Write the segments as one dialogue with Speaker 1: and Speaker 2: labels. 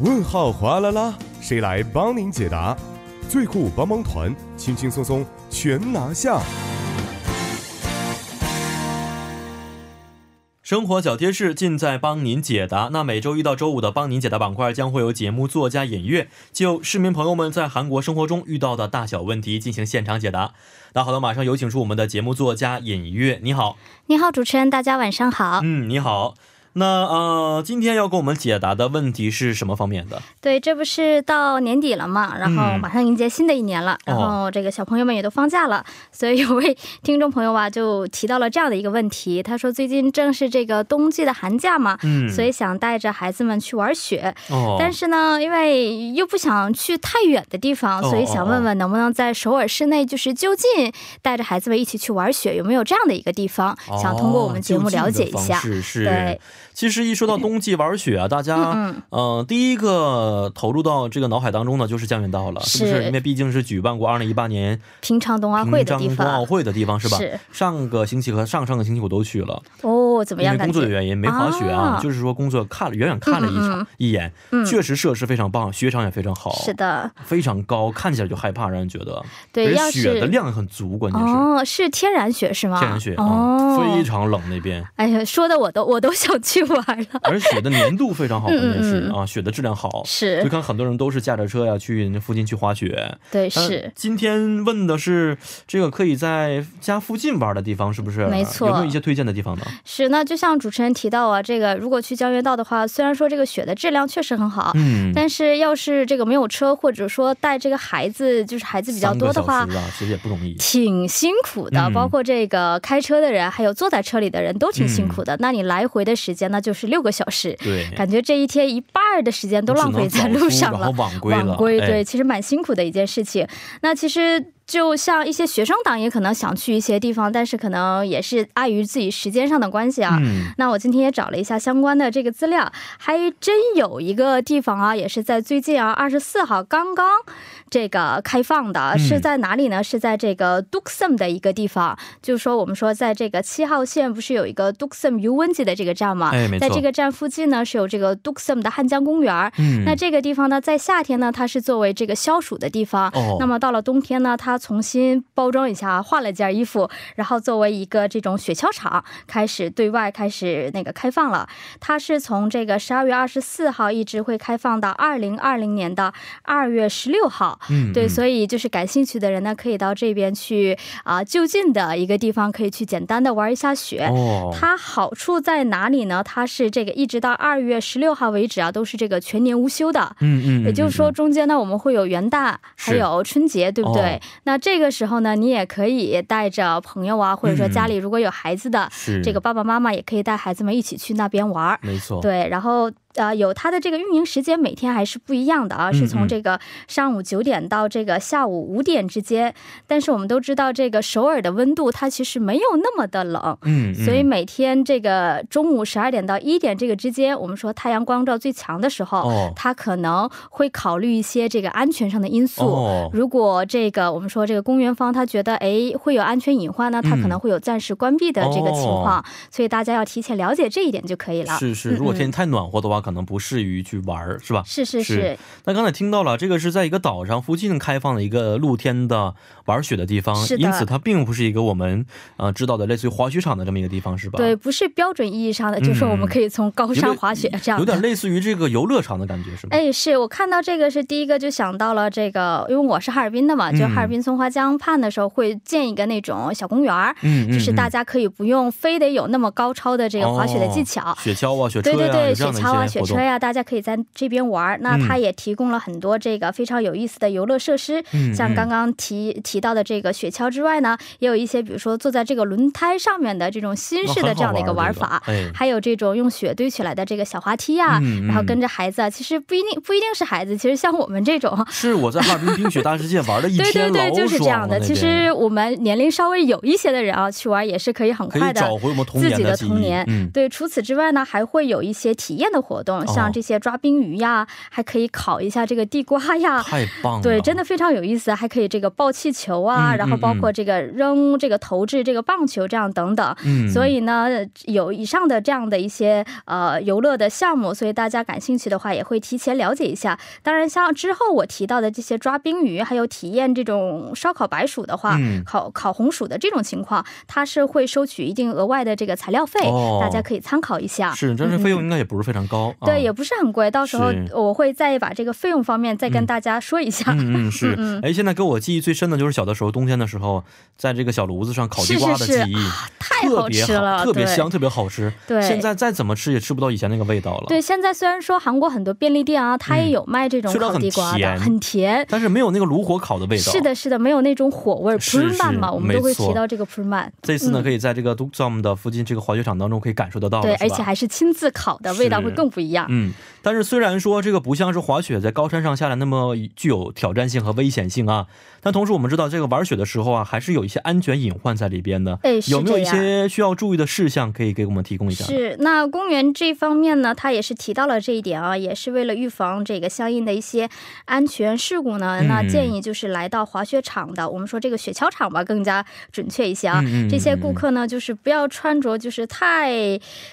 Speaker 1: 问号哗啦啦，谁来帮您解答？最酷帮帮团，轻轻松松全拿下。
Speaker 2: 生活小贴士尽在帮您解答。那每周一到周五的帮您解答板块将会有节目作家尹月就市民朋友们在韩国生活中遇到的大小问题进行现场解答。那好了，马上有请出我们的节目作家尹月，你好，
Speaker 3: 你好，主持人，大家晚上好。
Speaker 2: 嗯，你好。那呃，今天要给我们解答的问题是什么方面的？
Speaker 3: 对，这不是到年底了嘛，然后
Speaker 2: 嗯哦
Speaker 3: 马上迎接新的一年了，然后这个小朋友们也都放假了， 所以有位听众朋友啊就提到了这样的一个问题，他说最近正是这个冬季的寒假嘛，
Speaker 2: 嗯，
Speaker 3: 所以想带着孩子们去玩雪，
Speaker 2: 哦，
Speaker 3: 但是呢，因为又不想去太远的地方，
Speaker 2: 哦
Speaker 3: 所以想问问能不能在首尔市内，就是就近带着孩子们一起去玩雪，有没有这样的一个地方？想通过我们节
Speaker 2: 哦
Speaker 3: 目了解一下。
Speaker 2: 是是，
Speaker 3: 对，
Speaker 2: 其实一说到冬季玩雪啊，大家
Speaker 3: 嗯
Speaker 2: 呃，第一个投入到这个脑海当中呢，就是江原道了，是不是？
Speaker 3: 是
Speaker 2: 因为毕竟是举办过二零一八年
Speaker 3: 平常冬奥会
Speaker 2: 平
Speaker 3: 的
Speaker 2: 昌
Speaker 3: 地
Speaker 2: 冬奥
Speaker 3: 方
Speaker 2: 会的地方是吧？
Speaker 3: 是
Speaker 2: 上个星期和上上个星期我都去了，
Speaker 3: 哦，怎么
Speaker 2: 因
Speaker 3: 样？
Speaker 2: 为
Speaker 3: 感
Speaker 2: 工作的
Speaker 3: 觉
Speaker 2: 原因没滑雪啊，
Speaker 3: 啊
Speaker 2: 就是说工作看了远远看了一场、
Speaker 3: 嗯嗯
Speaker 2: 一眼、
Speaker 3: 嗯
Speaker 2: 确实设施非常棒，雪场也非常好，
Speaker 3: 是，的，
Speaker 2: 非常高，看起来就害怕，让人觉得，
Speaker 3: 对，
Speaker 2: 而
Speaker 3: 要
Speaker 2: 且雪的
Speaker 3: 是
Speaker 2: 量很足，关键是、
Speaker 3: 哦，是天然雪是吗？
Speaker 2: 天然雪啊、
Speaker 3: 哦，
Speaker 2: 非常冷那边。
Speaker 3: 哎呀，说的我都我都想去玩了，
Speaker 2: 而雪的粘度非常好，关键是
Speaker 3: 嗯嗯
Speaker 2: 啊，雪的质量好，就
Speaker 3: 是，
Speaker 2: 看很多人都是驾着车呀去那附近去滑雪。
Speaker 3: 对，
Speaker 2: 但
Speaker 3: 是。
Speaker 2: 今天问的是这个可以在家附近玩的地方，是不是？
Speaker 3: 没错
Speaker 2: 有没有一些推荐的地方呢？
Speaker 3: 是，那就像主持人提到啊，这个如果去江原道的话，虽然说这个雪的质量确实很好，
Speaker 2: 嗯，
Speaker 3: 但是要是这个没有车，或者说带这个孩子，就是孩子比较多的
Speaker 2: 三
Speaker 3: 话
Speaker 2: 个。小时啊，其实也不容 易。
Speaker 3: 挺辛苦的
Speaker 2: 嗯，
Speaker 3: 包括这个开车的人，还有坐在车里的人都挺辛苦的。那你来回的时间呢，就是六个小时，
Speaker 2: 嗯对，
Speaker 3: 感觉这一天一半儿的时间都浪费在路上
Speaker 2: 只能早出然后
Speaker 3: 了。
Speaker 2: 晚归了，
Speaker 3: 晚归，
Speaker 2: 哎
Speaker 3: 对，，其实蛮辛苦的一件事情。那其实就像一些学生党也可能想去一些地方，但是可能也是碍于自己时间上的关系啊。
Speaker 2: 嗯，
Speaker 3: 那我今天也找了一下相关的这个资料，还真有一个地方啊，也是在最近啊，二十四号刚刚这个开放的，
Speaker 2: 嗯
Speaker 3: 是在哪里呢？是在这个 Duksum 的一个地方，就是说我们说在这个七号线不是有一个 Duksum u w n 的这个站吗？
Speaker 2: 哎没错
Speaker 3: 啊在这个站附近呢是有这个 Duksum 的汉江公园。
Speaker 2: 嗯，
Speaker 3: 那这个地方呢，在夏天呢，它是作为这个消暑的地方。
Speaker 2: 哦，
Speaker 3: 那么到了冬天呢，它重新包装一下，换了件衣服，然后作为一个这种雪橇场开始对外开始那个开放了。它是从这个十二月二十四号一直会开放到二零二零年的二月十六号。
Speaker 2: 嗯，
Speaker 3: 对，
Speaker 2: 嗯
Speaker 3: 所以就是感兴趣的人呢，可以到这边去啊、就近的一个地方可以去简单的玩一下雪。
Speaker 2: 哦，
Speaker 3: 它好处在哪里呢？它是这个一直到二月十六号为止啊，都是这个全年无休的。
Speaker 2: 嗯嗯，
Speaker 3: 也就是说，
Speaker 2: 嗯，
Speaker 3: 中间呢，我们会有元旦，
Speaker 2: 是
Speaker 3: 还有春节，对不对、
Speaker 2: 哦
Speaker 3: 那这个时候呢，你也可以带着朋友啊，或者说家里如果有孩子的
Speaker 2: 嗯、是哦
Speaker 3: 这个，爸爸妈妈，也可以带孩子们一起去那边玩儿。
Speaker 2: 没错，，
Speaker 3: 对，然后呃，有它的这个运营时间每天还是不一样的啊，
Speaker 2: 嗯
Speaker 3: 是从这个上午九点到这个下午五点之间。但是我们都知道，这个首尔的温度它其实没有那么的冷，
Speaker 2: 嗯，嗯
Speaker 3: 所以每天这个中午十二点到一点这个之间，我们说太阳光照最强的时候，
Speaker 2: 哦
Speaker 3: 它可能会考虑一些这个安全上的因素。
Speaker 2: 哦，
Speaker 3: 如果这个我们说这个公园方他觉得哎会有安全隐患呢，他
Speaker 2: 嗯
Speaker 3: 可能会有暂时关闭的这个情况，
Speaker 2: 哦
Speaker 3: 所以大家要提前了解这一点就可以了。
Speaker 2: 是是，如果
Speaker 3: 嗯
Speaker 2: 天气太暖和的话，可能不适于去玩儿，是吧？
Speaker 3: 是是
Speaker 2: 是
Speaker 3: 是
Speaker 2: 那刚才听到了，这个是在一个岛上附近开放的一个露天的玩雪的地方，
Speaker 3: 是的
Speaker 2: 因此它并不是一个我们呃知道的类似于滑雪场的这么一个地方，是吧？嗯
Speaker 3: 对，，不是标准意义上的，就是我们可以从高山滑雪这样
Speaker 2: 有点
Speaker 3: 的。
Speaker 2: 类似于这个游乐场的感觉，是吧？
Speaker 3: 哎，是我看到这个是第一个就想到了这个，因为我是哈尔滨的嘛，就
Speaker 2: 嗯
Speaker 3: 哈尔滨松花江畔的时候会建一个那种小公园儿，
Speaker 2: 嗯，嗯
Speaker 3: 就是大
Speaker 2: 嗯
Speaker 3: 家可以不用非得有那么高超的这个滑雪的技巧，
Speaker 2: 雪橇啊、雪车
Speaker 3: 对
Speaker 2: 呀、
Speaker 3: 对
Speaker 2: 哦有这
Speaker 3: 对，雪
Speaker 2: 样的一
Speaker 3: 橇啊、
Speaker 2: 些
Speaker 3: 雪
Speaker 2: 活
Speaker 3: 车
Speaker 2: 动。
Speaker 3: 呀、大家可以在这边玩儿。那它
Speaker 2: 嗯
Speaker 3: 也提供了很多这个非常有意思的游乐设施，
Speaker 2: 嗯
Speaker 3: 像
Speaker 2: 嗯
Speaker 3: 刚刚提提到的这个雪橇之外呢，也有一些比如说坐在这个轮胎上面的这种新
Speaker 2: 哦
Speaker 3: 式的
Speaker 2: 很
Speaker 3: 这样的一
Speaker 2: 好
Speaker 3: 个
Speaker 2: 玩
Speaker 3: 玩
Speaker 2: 儿这个
Speaker 3: 法。啊
Speaker 2: 哎，
Speaker 3: 还有这种用雪堆起来的这个小滑梯呀、
Speaker 2: 嗯
Speaker 3: 然后
Speaker 2: 嗯
Speaker 3: 跟着孩子啊，其实不一定不一定是孩子，其实像我们这种，
Speaker 2: 是我在哈尔滨冰雪大世界玩了一
Speaker 3: 对对
Speaker 2: 天，
Speaker 3: 对，
Speaker 2: 老
Speaker 3: 就是这样
Speaker 2: 爽了
Speaker 3: 的。
Speaker 2: 那
Speaker 3: 其
Speaker 2: 边
Speaker 3: 实我们年龄稍微有一些的人啊，去玩也是可以很
Speaker 2: 可
Speaker 3: 快
Speaker 2: 以
Speaker 3: 的
Speaker 2: 找回我们童
Speaker 3: 自
Speaker 2: 年
Speaker 3: 己的
Speaker 2: 记忆。
Speaker 3: 童年
Speaker 2: 嗯，
Speaker 3: 对，除此之外呢，还会有一些体验的活动，
Speaker 2: 哦
Speaker 3: 像这些抓冰鱼呀，还可以烤一下这个地瓜呀。
Speaker 2: 太棒了，
Speaker 3: 啊对，真的非常有意思，还可以这个抱气球啊，
Speaker 2: 嗯
Speaker 3: 然后包
Speaker 2: 嗯嗯
Speaker 3: 括这个扔这个投掷这个棒球这样等等。
Speaker 2: 嗯，
Speaker 3: 所以呢，有以上的这样的一些呃游乐的项目，所以大家感兴趣的话，也会提前了解一下。当然，像之后我提到的这些抓冰鱼，还有体验这种烧烤白薯的话，
Speaker 2: 嗯
Speaker 3: 烤烤红薯的这种情况，它是会收取一定额外的这个材料费，
Speaker 2: 哦
Speaker 3: 大家可以参考一下。
Speaker 2: 是，但是费用应该也不是非常高。啊
Speaker 3: 啊嗯对，也不是很贵，到时候
Speaker 2: 是
Speaker 3: 我会再把这个费用方面再跟
Speaker 2: 嗯
Speaker 3: 大家说一下。
Speaker 2: 嗯嗯是
Speaker 3: 嗯，
Speaker 2: 哎，现在给我记忆最深的就是小的时候，冬天的时候，在这个小炉子上烤地瓜的
Speaker 3: 是
Speaker 2: 记
Speaker 3: 是是啊
Speaker 2: 忆，
Speaker 3: 太
Speaker 2: 特
Speaker 3: 好
Speaker 2: 别
Speaker 3: 吃了，
Speaker 2: 特别
Speaker 3: 对
Speaker 2: 香，特别好吃。
Speaker 3: 对
Speaker 2: 现在再怎么吃也吃不到以前那个味道了。
Speaker 3: 对，，现在虽然说韩国很多便利店啊，它也有卖这种
Speaker 2: 虽然嗯
Speaker 3: 烤
Speaker 2: 很
Speaker 3: 地瓜的，
Speaker 2: 甜
Speaker 3: 很甜。
Speaker 2: 但是没有那个炉火烤的味道。
Speaker 3: 是，的，是的，没有那种火味儿。
Speaker 2: 是
Speaker 3: p r
Speaker 2: 是
Speaker 3: m a n 嘛，我们都
Speaker 2: 没
Speaker 3: 会
Speaker 2: 错
Speaker 3: 提到这个 p r m a n
Speaker 2: 这次呢，可以在这个 d u k s o m 的附近这个滑雪场当中可以感受得到了，
Speaker 3: 嗯对，
Speaker 2: 是
Speaker 3: 而
Speaker 2: 吧
Speaker 3: 且还是亲自烤的，味道会
Speaker 2: 是
Speaker 3: 更不一样。
Speaker 2: 嗯，但是虽然说这个不像是滑雪在高山上下来那么具有挑战性和危险性啊，但同时我们知道这个玩雪的时候啊，还是有一些安全隐患在里边的。
Speaker 3: 哎是
Speaker 2: 有没有一
Speaker 3: 这样
Speaker 2: 些需要注意的事项可以给我们提供一下？
Speaker 3: 是，那公园这方面呢，它也是提到了这一点啊，也是为了预防这个相应的一些安全事故呢。
Speaker 2: 嗯
Speaker 3: 那建议就是来到滑雪场的，我们说这个雪橇场吧，更加准确一些啊。
Speaker 2: 嗯嗯嗯
Speaker 3: 这些顾客呢，就是不要穿着就是太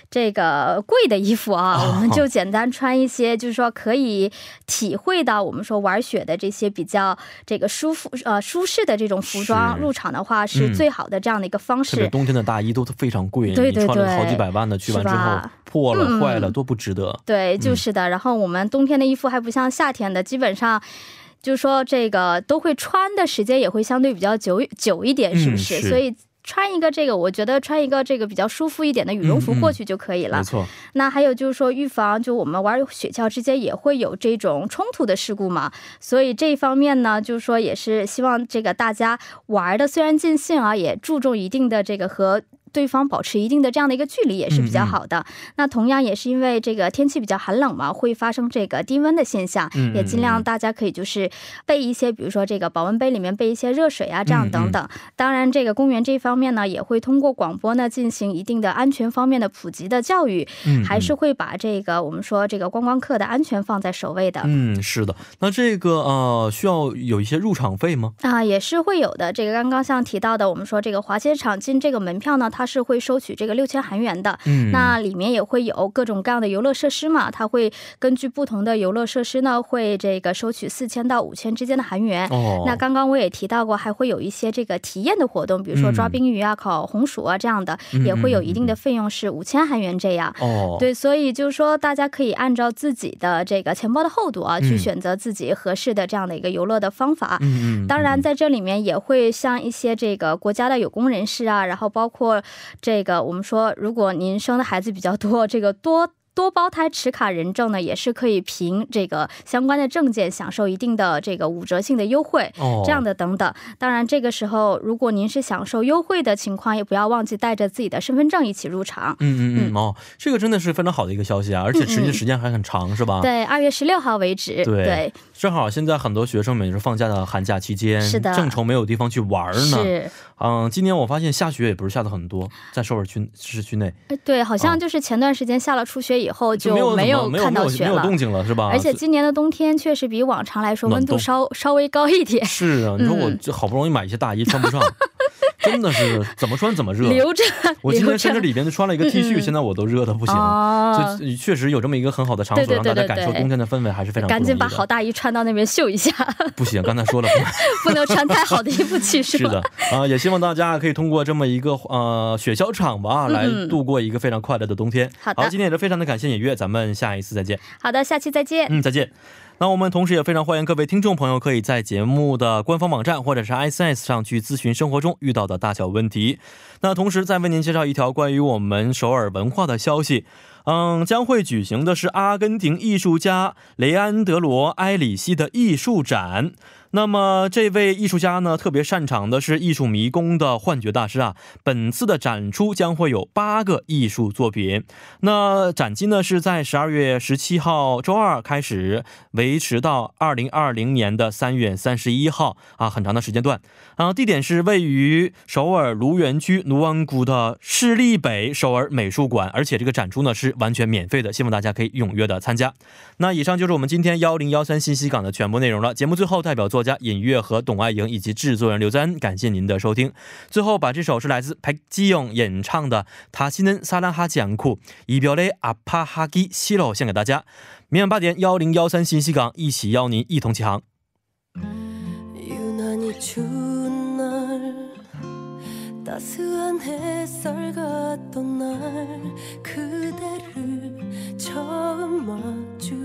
Speaker 3: 这个贵的衣服啊，
Speaker 2: 哦
Speaker 3: 我们就简单穿一些，就是说可以体会到我们说玩雪的这些比较这个舒服呃舒适的这种服装。
Speaker 2: 是
Speaker 3: 入场的话是
Speaker 2: 嗯
Speaker 3: 最好的这样的一个方
Speaker 2: 特
Speaker 3: 式。
Speaker 2: 别冬天的大衣都非常贵，
Speaker 3: 对对
Speaker 2: 你穿了
Speaker 3: 对
Speaker 2: 好几百万的，去完之
Speaker 3: 是
Speaker 2: 后
Speaker 3: 吧
Speaker 2: 破了、
Speaker 3: 嗯嗯
Speaker 2: 坏了，多不值得。
Speaker 3: 对，
Speaker 2: 嗯
Speaker 3: 就是的。然后我们冬天的衣服还不像夏天的，基本上。就说这个都会穿的时间也会相对比较久久一点，是不是？
Speaker 2: 嗯是
Speaker 3: 所以穿一个这个，我觉得穿一个这个比较舒服一点的羽绒服
Speaker 2: 嗯嗯
Speaker 3: 过去就可以了。
Speaker 2: 没错，
Speaker 3: 那还有就是说，预防就我们玩雪橇之间也会有这种冲突的事故嘛，所以这一方面呢，就是说也是希望这个大家玩的虽然尽兴啊，也注重一定的这个和。对方保持一定的这样的一个距离也是比
Speaker 2: 嗯
Speaker 3: 较好的。那同样也是因为这个天气比较寒冷嘛，会发生这个低温的现象，
Speaker 2: 嗯嗯
Speaker 3: 也尽量大家可以就是备一些，比如说这个保温杯里面备一些热水啊，这
Speaker 2: 嗯
Speaker 3: 样等等。当然，这个公园这方面呢，也会通过广播呢进行一定的安全方面的普及的教育，
Speaker 2: 嗯，
Speaker 3: 还是会把这个我们说这个观光客的安全放在首位的。
Speaker 2: 嗯是的。那这个呃，需要有一些入场费吗？
Speaker 3: 啊、也是会有的。这个刚刚像提到的，我们说这个滑雪场进这个门票呢，它是会收取这个六千韩元的。
Speaker 2: 嗯，
Speaker 3: 那里面也会有各种各样的游乐设施嘛，它会根据不同的游乐设施呢，会这个收取四千到五千之间的韩元。
Speaker 2: 哦，
Speaker 3: 那刚刚我也提到过，还会有一些这个体验的活动，比如说抓
Speaker 2: 嗯
Speaker 3: 冰鱼啊、烤红薯啊这样的，
Speaker 2: 嗯
Speaker 3: 也会有
Speaker 2: 嗯
Speaker 3: 一定的费用是五千韩元这样。
Speaker 2: 哦，
Speaker 3: 对，所以就是说，大家可以按照自己的这个钱包的厚度啊，去
Speaker 2: 嗯
Speaker 3: 选择自己合适的这样的一个游乐的方法。
Speaker 2: 嗯，嗯嗯，
Speaker 3: 当然，在这里面也会像一些这个国家的有功人士啊，然后包括这个我们说，如果您生的孩子比较多，这个多。多胞胎持卡人证呢，也是可以凭这个相关的证件享受一定的这个五折性的优惠，
Speaker 2: 哦
Speaker 3: 这样
Speaker 2: 的
Speaker 3: 的等等。当然，这个时候如果您是享受优惠的情况，也不要忘记带着自己的身份证一起入场。
Speaker 2: 嗯嗯嗯哦，这个真的是非常好的一个消息啊，而且持续时间还很长，是吧？，
Speaker 3: 嗯对，二月十六号为止。
Speaker 2: 啊对正好现在很多学生们也是放假的寒假期间，
Speaker 3: 是的
Speaker 2: 正愁没有地方去玩儿呢。
Speaker 3: 是，
Speaker 2: 嗯，今年我发现下雪也不是下的很多，在首尔区市区内
Speaker 3: 呃对，好像
Speaker 2: 啊
Speaker 3: 就是前段时间下了初雪以后
Speaker 2: 没有
Speaker 3: 就
Speaker 2: 怎么
Speaker 3: 有
Speaker 2: 没有
Speaker 3: 看
Speaker 2: 没有
Speaker 3: 到
Speaker 2: 没
Speaker 3: 雪
Speaker 2: 有
Speaker 3: 了。
Speaker 2: 动静了，是吧？
Speaker 3: 而且今年的冬天确实比往常来说
Speaker 2: 暖
Speaker 3: 温度
Speaker 2: 冬
Speaker 3: 稍稍微高一点，
Speaker 2: 是啊，你说我
Speaker 3: 嗯
Speaker 2: 这好不容易买一些大衣穿不上， 真的是怎么穿怎 么热。
Speaker 3: 留着
Speaker 2: 我今
Speaker 3: 留
Speaker 2: 天甚
Speaker 3: 着
Speaker 2: 至里边就穿了一个 T 恤，
Speaker 3: 嗯嗯
Speaker 2: 现在我都热的不行。
Speaker 3: 哦，
Speaker 2: 就确实有这么一个很好的场所，
Speaker 3: 对对
Speaker 2: 让大家
Speaker 3: 对对
Speaker 2: 感受
Speaker 3: 对
Speaker 2: 冬天的氛围，还是非常不
Speaker 3: 赶紧
Speaker 2: 容易
Speaker 3: 把
Speaker 2: 的
Speaker 3: 好大衣穿到那边秀一下，
Speaker 2: 不行，刚才说了，
Speaker 3: 不能穿太好的衣 服去，
Speaker 2: 是
Speaker 3: 吧？
Speaker 2: 的，啊、也希望大家可以通过这么一个呃雪橇场吧，来
Speaker 3: 嗯
Speaker 2: 度过一个非常快乐的冬天。
Speaker 3: 好的
Speaker 2: 今天也是非常的感谢尹月，咱们下一次再见。
Speaker 3: 好的，下期再见。
Speaker 2: 嗯，再见。那我们同时也非常欢迎各位听众朋友，可以在节目的官方网站或者是 ICS 上去咨询生活中遇到的大小问题。那同时再为您介绍一条关于我们首尔文化的消息。嗯，将会举行的是阿根廷艺术家雷安德罗·埃里希的艺术展。那么这位艺术家呢，特别擅长的是艺术迷宫的幻觉大师啊。本次的展出将会有八个艺术作品，那展期呢是在十二月十七号周二开始，维持到二零二零年的三月三十一号啊，很长的时间段。啊，地点是位于首尔卢园区卢湾谷的市立北首尔美术馆，而且这个展出呢是完全免费的，希望大家可以踊跃的参加。那以上就是我们今天幺零幺三信息港的全部内容了。节目最后，代表作作家尹月和董爱莹以及制作人刘在恩，感谢您的收听。最后把这首是来自 Park Ji Young 演唱的《塔西嫩萨拉哈吉昂库이별의아파하기싫어》献给大家。明晚八点幺零幺三信息港一起邀您一同起航。
Speaker 4: 유난히 추운 날 따스한 햇살 같던 날 그대를 처음 마주